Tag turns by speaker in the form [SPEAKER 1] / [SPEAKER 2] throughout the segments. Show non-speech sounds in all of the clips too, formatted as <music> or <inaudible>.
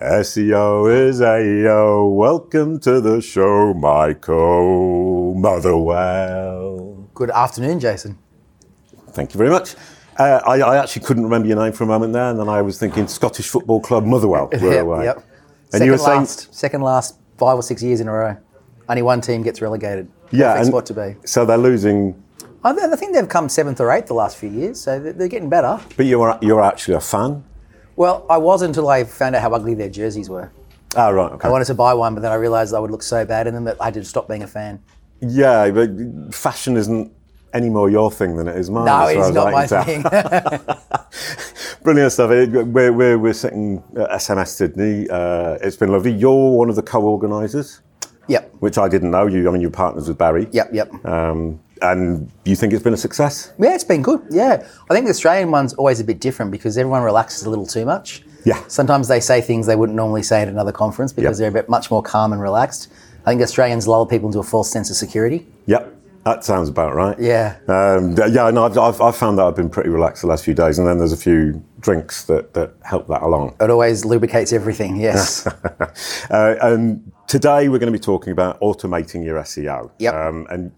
[SPEAKER 1] SEO E is AEO. Welcome to the show, Michael Motherwell.
[SPEAKER 2] Good afternoon, Jason.
[SPEAKER 1] Thank you very much. Uh, I, I actually couldn't remember your name for a moment there, and then I was thinking Scottish Football Club
[SPEAKER 2] <laughs>
[SPEAKER 1] Motherwell. Were away.
[SPEAKER 2] yep.
[SPEAKER 1] And you were saying-
[SPEAKER 2] last, second last five or six years in a row. Only one team gets relegated.
[SPEAKER 1] Yeah,
[SPEAKER 2] Perfect
[SPEAKER 1] and-
[SPEAKER 2] spot to be.
[SPEAKER 1] So they're losing,
[SPEAKER 2] I, th- I think they've come seventh or eighth the last few years, so they're, they're getting better.
[SPEAKER 1] but you're you're actually a fan.
[SPEAKER 2] Well, I was until I found out how ugly their jerseys were.
[SPEAKER 1] Ah, right. Okay.
[SPEAKER 2] I wanted to buy one, but then I realised I would look so bad in them that I had to stop being a fan.
[SPEAKER 1] Yeah, but fashion isn't any more your thing than it is mine.
[SPEAKER 2] No,
[SPEAKER 1] as far
[SPEAKER 2] it's
[SPEAKER 1] as
[SPEAKER 2] not
[SPEAKER 1] Oh, I can
[SPEAKER 2] my
[SPEAKER 1] tell.
[SPEAKER 2] thing.
[SPEAKER 1] <laughs> Brilliant stuff. It- We're, we're, we're sitting at SMS Sydney. Uh, it's been lovely. You're one of the co-organisers,
[SPEAKER 2] <laughs> yep,
[SPEAKER 1] which I didn't know. You, I mean, you're partners with Barry.
[SPEAKER 2] yep, yep.
[SPEAKER 1] Um, and you think it's been a success?
[SPEAKER 2] Yeah, it's been good. Yeah. I think the Australian one's always a bit different because everyone relaxes a little too much.
[SPEAKER 1] Yeah.
[SPEAKER 2] Sometimes they say things they wouldn't normally say at another conference because
[SPEAKER 1] Yeah.
[SPEAKER 2] they're a bit much more calm and relaxed. I think Australians lull people into a false sense of security.
[SPEAKER 1] Yep. That sounds about right.
[SPEAKER 2] Yeah.
[SPEAKER 1] Um, th- yeah, no, I've, I've, I've found that I've been pretty relaxed the last few days, and then there's a few drinks that, that help that along.
[SPEAKER 2] It always lubricates
[SPEAKER 1] <laughs>
[SPEAKER 2] everything, yes.
[SPEAKER 1] Uh, and today we're going to be talking about automating your SEO.
[SPEAKER 2] Yep.
[SPEAKER 1] Um, and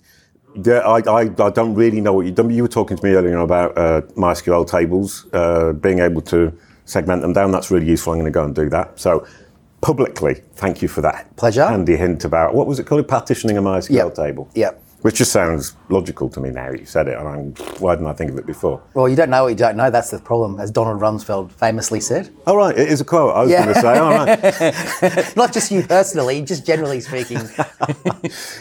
[SPEAKER 1] there, I, I, I don't really know what you done. You were talking to me earlier on about uh, MySQL tables, uh, being able to segment them down. That's really useful. I'm going to go and do that. So publicly, thank you for that.
[SPEAKER 2] Pleasure.
[SPEAKER 1] Handy hint about what was it called? Partitioning a MySQL
[SPEAKER 2] Yep.
[SPEAKER 1] table.
[SPEAKER 2] Yep.
[SPEAKER 1] Which just sounds logical to me now. that You said it, and I'm, why didn't I think of it before?
[SPEAKER 2] well, you don't know what you don't know. That's the problem, as Donald Rumsfeld famously said.
[SPEAKER 1] All right, it is a quote. I was
[SPEAKER 2] Yeah.
[SPEAKER 1] going to say, all
[SPEAKER 2] <laughs>
[SPEAKER 1] right.
[SPEAKER 2] Not just you personally, just generally speaking.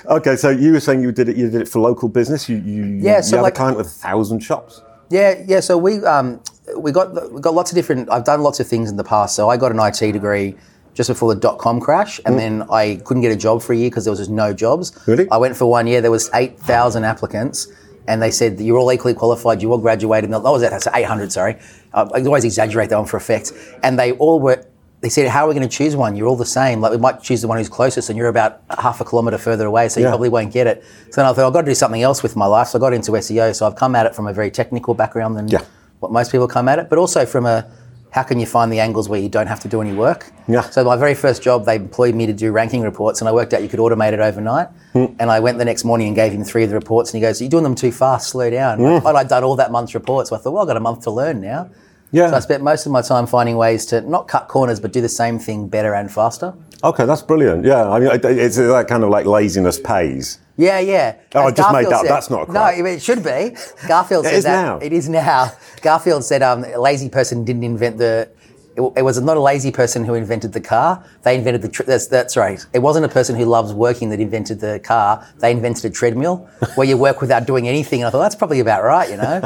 [SPEAKER 1] Okay, so you were saying you did it. You did it for local business. You you,
[SPEAKER 2] Yeah,
[SPEAKER 1] you
[SPEAKER 2] so
[SPEAKER 1] have
[SPEAKER 2] like-
[SPEAKER 1] a client with a thousand shops.
[SPEAKER 2] Yeah, yeah. So we um, we got the- we got lots of different. I've done lots of things in the past. So I got an IT degree just before the dot com crash, and then I couldn't get a job for a year because there was just no jobs.
[SPEAKER 1] Really?
[SPEAKER 2] I went for one year. There was eight thousand applicants, and they said you're all equally qualified. You all graduated. That was that's eight hundred. Sorry, Uh, I always exaggerate that one for effect. And they all were. They said, "How are we going to choose one? You're all the same. Like we might choose the one who's closest, and you're about half a kilometre further away, so you
[SPEAKER 1] Yeah.
[SPEAKER 2] probably won't get it." So then I thought I've got to do something else with my life. So I got into SEO. So I've come at it from a very technical background than
[SPEAKER 1] Yeah.
[SPEAKER 2] what most people come at it, but also from a how can you find the angles where you don't have to do any work?
[SPEAKER 1] Yeah.
[SPEAKER 2] So my very first job, they employed me to do ranking reports, and I worked out you could automate it overnight.
[SPEAKER 1] Hmm.
[SPEAKER 2] And I went the next morning and gave him three of the reports, and he goes, "You're doing them too fast. Slow down."
[SPEAKER 1] Hmm.
[SPEAKER 2] But I'd done all that month's reports, so I thought, "Well, I've got a month to learn now."
[SPEAKER 1] Yeah.
[SPEAKER 2] So I spent most of my time finding ways to not cut corners, but do the same thing better and faster.
[SPEAKER 1] Okay, that's brilliant. Yeah, I mean, it- it's that kind of like laziness pays. <laughs>
[SPEAKER 2] Yeah, yeah.
[SPEAKER 1] Oh,
[SPEAKER 2] As
[SPEAKER 1] I just made
[SPEAKER 2] Garfield
[SPEAKER 1] that- that's not a
[SPEAKER 2] No,
[SPEAKER 1] quote.
[SPEAKER 2] I mean, it should be. Garfield said
[SPEAKER 1] is
[SPEAKER 2] that.
[SPEAKER 1] now.
[SPEAKER 2] It is now. Garfield said um, a lazy person didn't invent the. It, it was not a lazy person who invented the car. They invented the. Tr- that's, that's right. It wasn't a person who loves working that invented the car. They invented a treadmill where you work without doing anything. And I thought that's probably about right. You
[SPEAKER 1] <laughs>
[SPEAKER 2] know,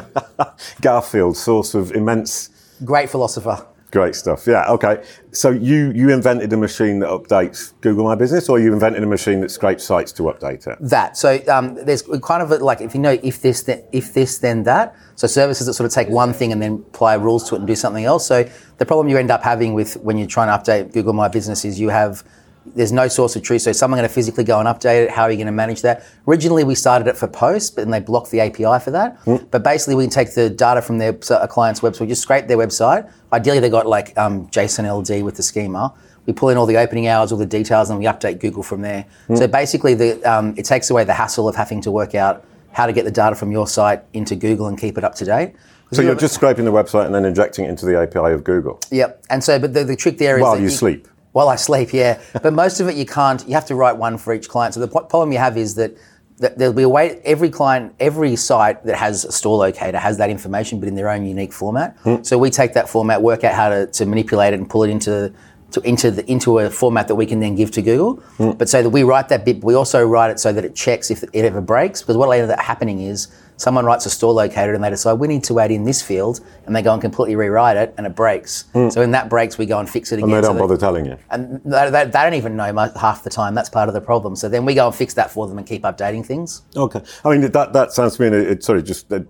[SPEAKER 1] Garfield, source of immense
[SPEAKER 2] great philosopher.
[SPEAKER 1] great stuff. Yeah. Okay. So you you invented a machine that updates Google My Business, or you invented a machine that scrapes sites to update it.
[SPEAKER 2] that. So um, there's kind of like if you know if this then, if this then that. So services that sort of take one thing and then apply rules to it and do something else. So the problem you end up having with when you're trying to update Google My Business is you have there's no source of truth. So someone going to physically go and update it. How are you going to manage that? Originally we started it for posts, but then they blocked the API for that. But basically we can take the data from their so a client's website, just scrape their website. Ideally they got like um, JSON LD with the schema. We pull in all the opening hours, all the details, and we update Google from there.
[SPEAKER 1] Hmm.
[SPEAKER 2] So basically, the, um, it takes away the hassle of having to work out how to get the data from your site into Google and keep it up to date.
[SPEAKER 1] So you're just scraping the website and then injecting it into the API of Google.
[SPEAKER 2] Yep. And so, but the, the trick there is
[SPEAKER 1] While
[SPEAKER 2] that
[SPEAKER 1] you sleep.
[SPEAKER 2] While I sleep, yeah. but most of it you can't. You have to write one for each client. So the po- problem you have is that, that there'll be a way. Every client, every site that has a store locator has that information, but in their own unique format.
[SPEAKER 1] Hmm.
[SPEAKER 2] So we take that format, work out how to, to manipulate it, and pull it into. To, into the into a format that we can then give to Google,
[SPEAKER 1] Hmm.
[SPEAKER 2] but so that we write that bit, but we also write it so that it checks if it ever breaks. Because what will end up happening is someone writes a store locator and they decide we need to add in this field, and they go and completely rewrite it, and it breaks. So when that breaks, we go and fix it again.
[SPEAKER 1] Hmm. And they
[SPEAKER 2] so
[SPEAKER 1] don't
[SPEAKER 2] that-
[SPEAKER 1] bother telling you.
[SPEAKER 2] and they, they, they don't even know mu half the time. That's part of the problem. So then we go and fix that for them and keep updating things.
[SPEAKER 1] Okay. I mean, that that sounds to me, it, it, sorry, just that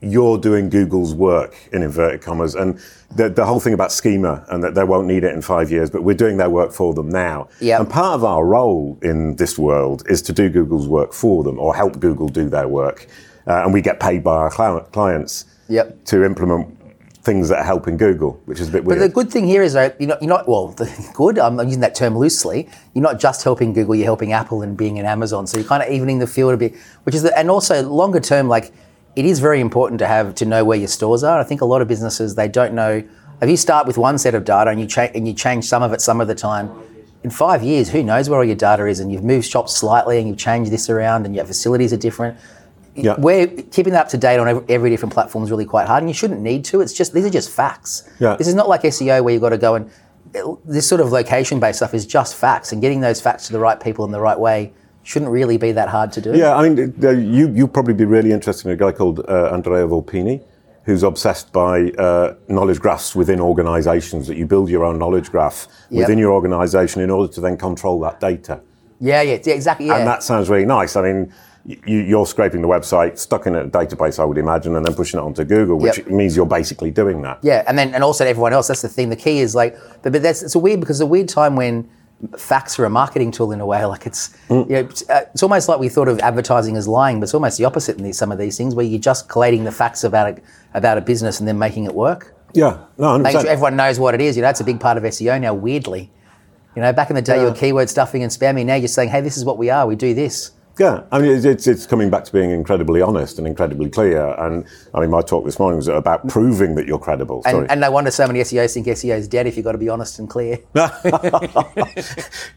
[SPEAKER 1] you're doing Google's work in inverted commas, and the, the whole thing about schema and that they won't need it in five years, but we're doing their work for them now.
[SPEAKER 2] Yep.
[SPEAKER 1] And part of our role in this world is to do Google's work for them or help Google do their work. Uh, and we get paid by our cli- clients
[SPEAKER 2] Yep.
[SPEAKER 1] to implement things that are helping Google, which is a bit weird.
[SPEAKER 2] But the good thing here is, though, you're not, you're not well, the <laughs> good, I'm I'm using that term loosely, you're not just helping Google, you're helping Apple and being in Amazon. So you're kind of evening the field a bit, which is, the, and also longer term, like, it is very important to have, to know where your stores are. I think a lot of businesses, they don't know. If you start with one set of data and you, cha- and you change some of it some of the time, in five years, who knows where all your data is? And you've moved shops slightly and you've changed this around and your facilities are different.
[SPEAKER 1] Yeah.
[SPEAKER 2] We're keeping that up to date on every, every different platform is really quite hard, and you shouldn't need to. It's just these are just facts.
[SPEAKER 1] Yeah.
[SPEAKER 2] This is not like SEO where you've got to go and this sort of location-based stuff is just facts, and getting those facts to the right people in the right way shouldn't really be that hard to do.
[SPEAKER 1] Yeah, I mean, uh, you you probably be really interested in a guy called uh, Andrea Volpini, who's obsessed by uh, knowledge graphs within organisations. That you build your own knowledge graph
[SPEAKER 2] Yep.
[SPEAKER 1] within your organisation in order to then control that data.
[SPEAKER 2] yeah, yeah, yeah, exactly. Yeah.
[SPEAKER 1] And that sounds really nice. I mean, y- you, you're scraping the website, stuck in a database, I would imagine, and then pushing it onto Google, which
[SPEAKER 2] Yep.
[SPEAKER 1] means you're basically doing that.
[SPEAKER 2] Yeah, and then and also to everyone else. That's the thing. The key is like, but, but that's it's a weird because it's a weird time when facts are a marketing tool in a way. <laughs> Like it's
[SPEAKER 1] Mm.
[SPEAKER 2] you know, it's, uh, it's almost like we thought of advertising as lying, but it's almost the opposite in these, some of these things where you're just collating the facts about a, about a business and then making it work.
[SPEAKER 1] Yeah, no, 100%.
[SPEAKER 2] Making sure everyone knows what it is. You know, that's a big part of SEO now. Weirdly, you know, back in the day you
[SPEAKER 1] Yeah.
[SPEAKER 2] were keyword stuffing and spamming. Now you're saying, hey, this is what we are. We do this.
[SPEAKER 1] Yeah, I mean, it's, it's, it's coming back to being incredibly honest and incredibly clear. And I mean, my talk this morning was about proving that you're credible. Sorry.
[SPEAKER 2] And, and no wonder so many SEOs think SEO is dead if you've got to be honest and clear.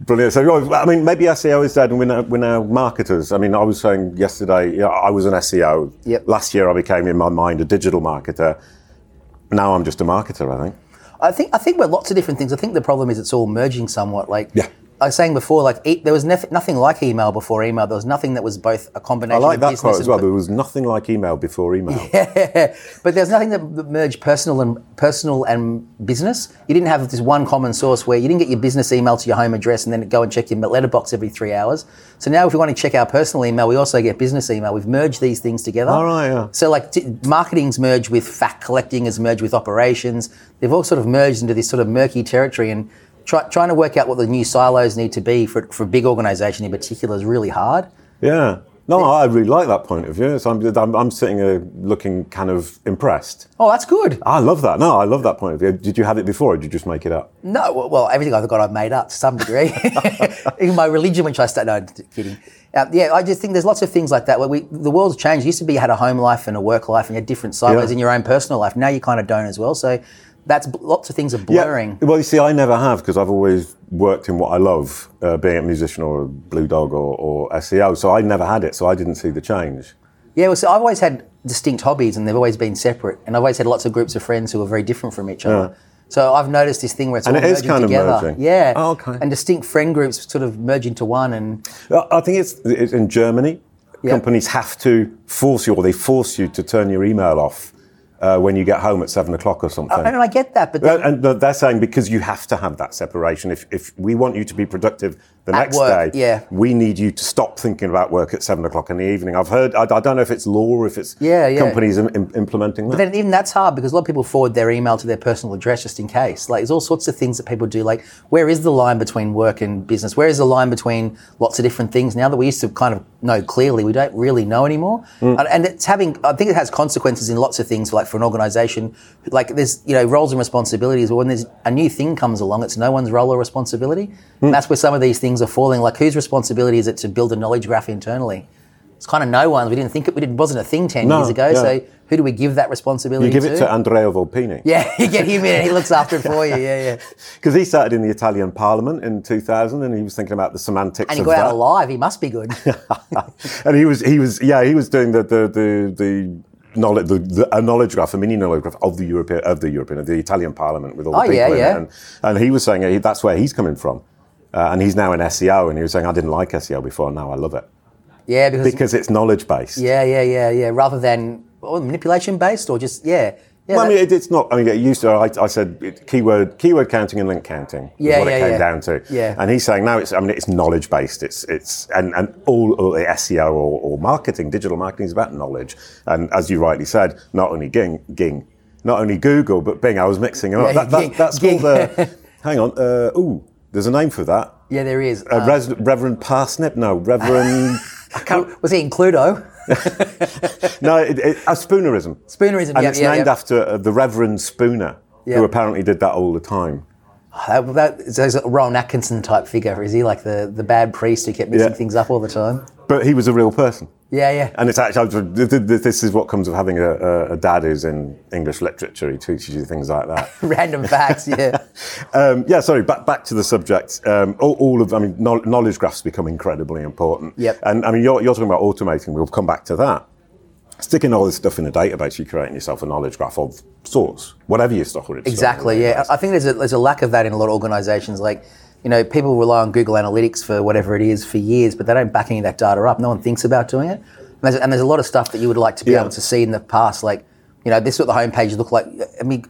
[SPEAKER 1] Brilliant. So, well, I mean, maybe SEO is dead and we're now, we're now marketers. I mean, I was saying yesterday, yeah, I was an SEO.
[SPEAKER 2] Yep.
[SPEAKER 1] Last year, I became, in my mind, a digital marketer. Now I'm just a marketer, I think.
[SPEAKER 2] I think I think we're lots of different things. I think the problem is it's all merging somewhat. Like
[SPEAKER 1] Yeah.
[SPEAKER 2] I was saying before, like e- there was nef- nothing like email before email. There was nothing that was both a
[SPEAKER 1] I
[SPEAKER 2] combination.
[SPEAKER 1] like
[SPEAKER 2] of
[SPEAKER 1] that
[SPEAKER 2] business
[SPEAKER 1] quote as
[SPEAKER 2] and
[SPEAKER 1] well.
[SPEAKER 2] per-
[SPEAKER 1] There was nothing like email before
[SPEAKER 2] <laughs>
[SPEAKER 1] email.
[SPEAKER 2] but there's nothing that that merged personal and personal and business. You didn't have this one common source where you didn't get your business email to your home address and then go and check your letterbox every three hours. So now, if we want to check our personal email, we also get business email. We've merged these things together.
[SPEAKER 1] All right, yeah.
[SPEAKER 2] So like t- marketing's merged with fact collecting is merged with operations. They've all sort of merged into this sort of murky territory and. Try, trying to work out what the new silos need to be for, for a big organization in particular is really hard.
[SPEAKER 1] Yeah. No, I really like that point of view. So I'm, I'm, I'm sitting here looking kind of impressed.
[SPEAKER 2] Oh, that's good.
[SPEAKER 1] I love that. No, I love that point of view. Did you have it before or did you just make it up?
[SPEAKER 2] No, well- well, everything I've got, I've made up to some
[SPEAKER 1] <laughs>
[SPEAKER 2] degree. Even my religion, which I started, no, I'm t- kidding. Uh, yeah, I just think there's lots of things like that. Where we, the world's changed. It used to be you had a home life and a work life, and you had different silos
[SPEAKER 1] Yeah.
[SPEAKER 2] in your own personal life. Now you kind of don't as well. So that's bl- lots of things are blurring.
[SPEAKER 1] Well, you see, I never have because I've always worked in what I love, uh, being a musician or a blue dog or, or SEO. So I never had it, so I didn't see the change.
[SPEAKER 2] Yeah, well, so I've always had distinct hobbies, and they've always been separate. And I've always had lots of groups of friends who are very different from each other. So I've noticed this thing where it's
[SPEAKER 1] And
[SPEAKER 2] all
[SPEAKER 1] it is
[SPEAKER 2] merging
[SPEAKER 1] kind of
[SPEAKER 2] together.
[SPEAKER 1] merging.
[SPEAKER 2] Yeah.
[SPEAKER 1] Oh, okay.
[SPEAKER 2] And distinct friend groups sort of merge into one, and
[SPEAKER 1] Uh, I think it's, it's in Germany.
[SPEAKER 2] Yeah.
[SPEAKER 1] Companies have to force you, or they force you to turn your email off uh, when you get home at seven o'clock or something.
[SPEAKER 2] and I get that, but then-
[SPEAKER 1] Uh, And th- they're saying because you have to have that separation. If, if we want you to be productive the
[SPEAKER 2] At
[SPEAKER 1] next
[SPEAKER 2] work,
[SPEAKER 1] day,
[SPEAKER 2] yeah.
[SPEAKER 1] we need you to stop thinking about work at seven o'clock in the evening. I've heard, I, I don't know if it's law or if it's
[SPEAKER 2] Yeah, yeah.
[SPEAKER 1] companies im- im- implementing that.
[SPEAKER 2] But then even that's hard because a lot of people forward their email to their personal address just in case. Like there's all sorts of things that people do. Like where is the line between work and business? Where is the line between lots of different things? Now that we used to kind of know clearly, we don't really know anymore.
[SPEAKER 1] Mm.
[SPEAKER 2] And, and it's having, I think it has consequences in lots of things. Like for an organisation, like there's you know roles and responsibilities. But when there's a new thing comes along, it's no one's role or responsibility.
[SPEAKER 1] Mm.
[SPEAKER 2] And that's where some of these things are falling. Like whose responsibility is it to build a knowledge graph internally? It's kind of no one's. We didn't think it. We didn't, wasn't a thing ten
[SPEAKER 1] No,
[SPEAKER 2] years ago.
[SPEAKER 1] yeah.
[SPEAKER 2] So who do we give that responsibility
[SPEAKER 1] you give it to Andrea Volpini.
[SPEAKER 2] <laughs> yeah, you get him in and he looks after it for you. Yeah,
[SPEAKER 1] <laughs>
[SPEAKER 2] yeah.
[SPEAKER 1] Because he started in the Italian parliament in 2000 and he was thinking about the semantics
[SPEAKER 2] And he
[SPEAKER 1] of
[SPEAKER 2] got out
[SPEAKER 1] that.
[SPEAKER 2] alive. He must be
[SPEAKER 1] <laughs>
[SPEAKER 2] good.
[SPEAKER 1] and he was he was yeah he was doing the the the, the knowledge the, the a knowledge graph a mini knowledge graph of the European of the European of the Italian Parliament with all the
[SPEAKER 2] Oh,
[SPEAKER 1] people
[SPEAKER 2] yeah,
[SPEAKER 1] in
[SPEAKER 2] yeah.
[SPEAKER 1] it and, and he was saying he, that's where he's coming from uh, and he's now in SEO and he was saying I didn't like SEO before now I love it
[SPEAKER 2] Yeah, because,
[SPEAKER 1] because it's knowledge based
[SPEAKER 2] yeah, yeah, yeah, yeah. Rather than oh, manipulation based or just yeah, yeah.
[SPEAKER 1] Well, I
[SPEAKER 2] that-
[SPEAKER 1] mean, it, it's not. I mean, it used to. I, I said it, keyword keyword counting and link counting is
[SPEAKER 2] Yeah,
[SPEAKER 1] what
[SPEAKER 2] yeah,
[SPEAKER 1] it came
[SPEAKER 2] yeah.
[SPEAKER 1] down to.
[SPEAKER 2] Yeah.
[SPEAKER 1] And he's saying now it's. I mean, it's knowledge based. It's it's and and all, all the SEO or, or marketing, digital marketing is about knowledge. And as you rightly said, not only Ging, Ging, not only Google, but Bing. I was mixing them up.
[SPEAKER 2] Yeah,
[SPEAKER 1] That, that,
[SPEAKER 2] Ging,
[SPEAKER 1] that's
[SPEAKER 2] Ging. <laughs>
[SPEAKER 1] called. Uh, hang on. Uh, ooh, there's a name for that.
[SPEAKER 2] yeah, there is.
[SPEAKER 1] Uh,
[SPEAKER 2] Um, <laughs>
[SPEAKER 1] Res, Reverend Parsnip? No, Reverend.
[SPEAKER 2] I can't- was he in Cluedo? <laughs>
[SPEAKER 1] no, it, it, a spoonerism.
[SPEAKER 2] Spoonerism,
[SPEAKER 1] And
[SPEAKER 2] yeah,
[SPEAKER 1] it's
[SPEAKER 2] yeah,
[SPEAKER 1] named
[SPEAKER 2] yeah.
[SPEAKER 1] after uh, the Reverend Spooner,
[SPEAKER 2] Yeah.
[SPEAKER 1] who apparently did that all the time.
[SPEAKER 2] That, Oh, that, so he's a Ron Atkinson type figure. Is he like the, the bad priest who kept mixing
[SPEAKER 1] Yeah.
[SPEAKER 2] things up all the time?
[SPEAKER 1] But he was a real person.
[SPEAKER 2] Yeah, yeah.
[SPEAKER 1] And it's actually, th- th- th- this is what comes of having a, a, a dad who's in English literature. He teaches you things like
[SPEAKER 2] <laughs>
[SPEAKER 1] that.
[SPEAKER 2] Random
[SPEAKER 1] <laughs>
[SPEAKER 2] facts, yeah.
[SPEAKER 1] Um, yeah, sorry, back, back to the subject. Um, all, all of, I mean, knowl- knowledge graphs become incredibly important.
[SPEAKER 2] Yep.
[SPEAKER 1] And I mean, you're, you're talking about automating, we'll come back to that. Sticking all this stuff in a database, you're creating yourself a knowledge graph of sorts, whatever your stock is.
[SPEAKER 2] Exactly. Yeah, I I think there's a there's a lack of that in a lot of organisations. Like, you know, people rely on Google Analytics for whatever it is for years, but they don't back any of that data up. No one thinks about doing it. And there's, and there's a lot of stuff that you would like to be
[SPEAKER 1] Yeah.
[SPEAKER 2] able to see in the past. Like, you know, this is what the homepage looked like. I mean,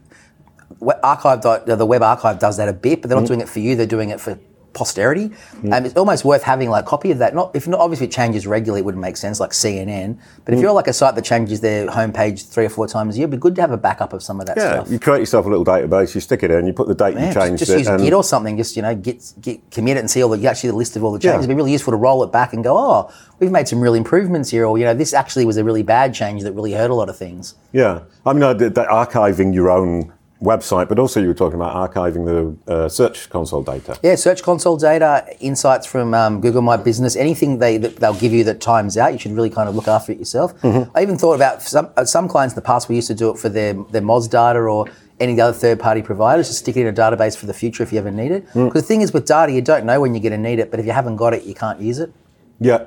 [SPEAKER 2] we- archive dot- the web archive does that a bit, but they're not
[SPEAKER 1] Mm.
[SPEAKER 2] doing it for you. They're doing it for posterity. And it's almost worth having like a copy of that. Not if not obviously it changes regularly, it wouldn't make sense. Like CNN, but
[SPEAKER 1] Mm.
[SPEAKER 2] if you're like a site that changes their homepage three or four times a year, it'd be good to have a backup of some of that
[SPEAKER 1] Yeah,
[SPEAKER 2] stuff.
[SPEAKER 1] you create yourself a little database, you stick it in, you put the date
[SPEAKER 2] Yeah,
[SPEAKER 1] you
[SPEAKER 2] just-
[SPEAKER 1] changed
[SPEAKER 2] just,
[SPEAKER 1] it.
[SPEAKER 2] use
[SPEAKER 1] and-
[SPEAKER 2] Git or something. Just you know, git git commit it and see all the you actually the list of all the
[SPEAKER 1] Yeah.
[SPEAKER 2] changes. It'd be really useful to roll it back and go, oh, we've made some real improvements here, or you know, this actually was a really bad change that really hurt a lot of things.
[SPEAKER 1] Yeah, I mean, I did that archiving your own website, but also you were talking about archiving the uh, search console data.
[SPEAKER 2] Yeah, Search Console data, insights from um, Google My Business, anything they that they'll give you that times out, you should really kind of look after it yourself.
[SPEAKER 1] Mm-hmm.
[SPEAKER 2] I even thought about some uh, some clients in the past we used to do it for their their Moz data or any of the other third party providers, just stick it in a database for the future if you ever need it. Because
[SPEAKER 1] Mm.
[SPEAKER 2] the thing is with data, you don't know when you're going to need it, but if you haven't got it, you can't use it.
[SPEAKER 1] Yeah,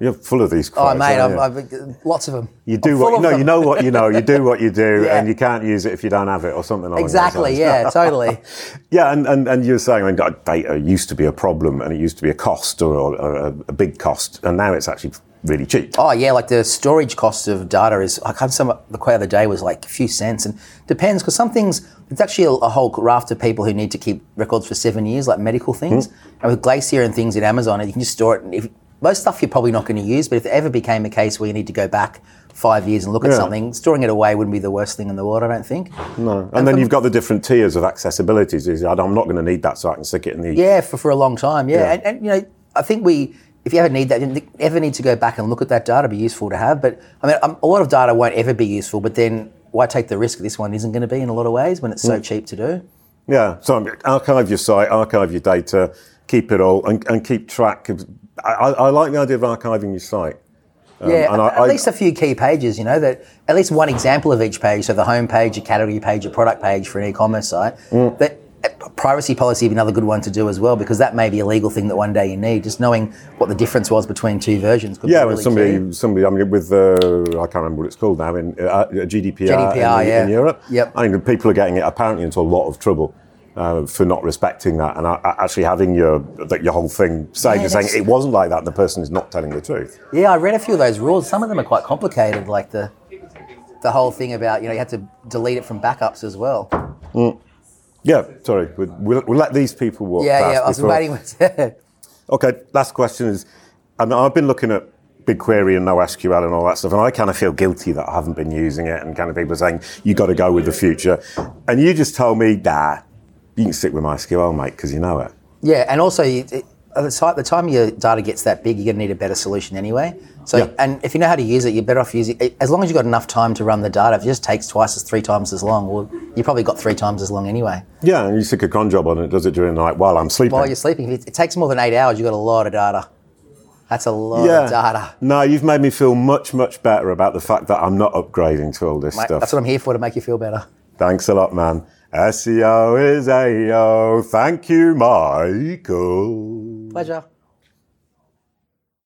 [SPEAKER 1] you're full of these.
[SPEAKER 2] Oh,
[SPEAKER 1] Quotes,
[SPEAKER 2] mate,
[SPEAKER 1] aren't
[SPEAKER 2] I've,
[SPEAKER 1] you?
[SPEAKER 2] I've, lots of them.
[SPEAKER 1] you do what you know. You know what you know. You do what you do,
[SPEAKER 2] <laughs> Yeah.
[SPEAKER 1] and you can't use it if you don't have it, or something like that.
[SPEAKER 2] Exactly,
[SPEAKER 1] <laughs>
[SPEAKER 2] yeah, totally.
[SPEAKER 1] Yeah, and, and, and you were saying, I mean, uh, data used to be a problem, and it used to be a cost or, or a, a big cost, and now it's actually really cheap.
[SPEAKER 2] Oh, yeah, like the storage cost of data is, I can't some the quote of the day was like a few cents and depends because some things, it's actually a, a whole raft of people who need to keep records for seven years, like medical things.
[SPEAKER 1] Hmm.
[SPEAKER 2] And with Glacier and things in Amazon, you can just store it. And if, most stuff you're probably not going to use, but if there ever became a case where you need to go back five years and look at
[SPEAKER 1] Yeah.
[SPEAKER 2] something, storing it away wouldn't be the worst thing in the world, I don't think.
[SPEAKER 1] No. And then you've got the different tiers of accessibility. So you say, I'm not going to need that, so I can stick it in the.
[SPEAKER 2] Yeah, for, for a long time. Yeah,
[SPEAKER 1] Yeah.
[SPEAKER 2] And, and you know, I think we if you ever need that, you ever need to go back and look at that data, it'd be useful to have. But I mean, um, a lot of data won't ever be useful. But then why take the risk that this one isn't going to be in a lot of ways when it's
[SPEAKER 1] Mm.
[SPEAKER 2] so cheap to do?
[SPEAKER 1] Yeah. So um, archive your site, archive your data, keep it all, and, and keep track. Of, I, I I like the idea of archiving your site.
[SPEAKER 2] yeah,
[SPEAKER 1] Um, and I-
[SPEAKER 2] at, at
[SPEAKER 1] I-
[SPEAKER 2] least a few key pages. You know that at least one example of each page. So the home page, a category page, a product page for an e-commerce site.
[SPEAKER 1] Mm.
[SPEAKER 2] That uh, privacy policy is another good one to do as well because that may be a legal thing that one day you need. Just knowing what the difference was between two versions. Could
[SPEAKER 1] Yeah,
[SPEAKER 2] be
[SPEAKER 1] well,
[SPEAKER 2] really
[SPEAKER 1] somebody,
[SPEAKER 2] key.
[SPEAKER 1] somebody. I mean, with the I can't remember what it's called now in uh, GDPR,
[SPEAKER 2] GDPR,
[SPEAKER 1] in,
[SPEAKER 2] yeah.
[SPEAKER 1] in Europe.
[SPEAKER 2] Yep.
[SPEAKER 1] I think people are getting it apparently into a lot of trouble uh, for not respecting that and uh, actually having your that your whole thing saved
[SPEAKER 2] Yeah,
[SPEAKER 1] and saying
[SPEAKER 2] that's-
[SPEAKER 1] it wasn't like that. and The person is not telling the truth.
[SPEAKER 2] Yeah, I read a few of those rules. Some of them are quite complicated, like the the whole thing about you know you have to delete it from backups as well.
[SPEAKER 1] Yeah, sorry. We'll, we'll, we'll let these people walk.
[SPEAKER 2] Yeah,
[SPEAKER 1] past
[SPEAKER 2] yeah. I was
[SPEAKER 1] before-
[SPEAKER 2] waiting. with-
[SPEAKER 1] Okay, last question is, and I've been looking at BigQuery and NoSQL and all that stuff, and I kind of feel guilty that I haven't been using it, and kind of people are saying, you got to go with the future. And you just told me, nah, you can stick with MySQL, mate, because you know it.
[SPEAKER 2] <laughs> yeah, and also you, it, at the ti- the time your data gets that big, you're going to need a better solution anyway. So,
[SPEAKER 1] Yeah.
[SPEAKER 2] and if you know how to use it, you're better off using it. As long as you've got enough time to run the data, if it just takes twice as three times as long, well, you probably got three times as long anyway.
[SPEAKER 1] Yeah, and you stick a cron job on it, does it during the night while I'm sleeping.
[SPEAKER 2] While you're sleeping, if it, it takes more than eight hours, you've got a lot of data. That's a lot of data.
[SPEAKER 1] No, you've made me feel much, much better about the fact that I'm not upgrading to all this
[SPEAKER 2] Mate,
[SPEAKER 1] stuff.
[SPEAKER 2] That's what I'm here for to make you feel better.
[SPEAKER 1] Thanks a lot, man. E SEO is AO. Thank you, Michael.
[SPEAKER 2] Pleasure.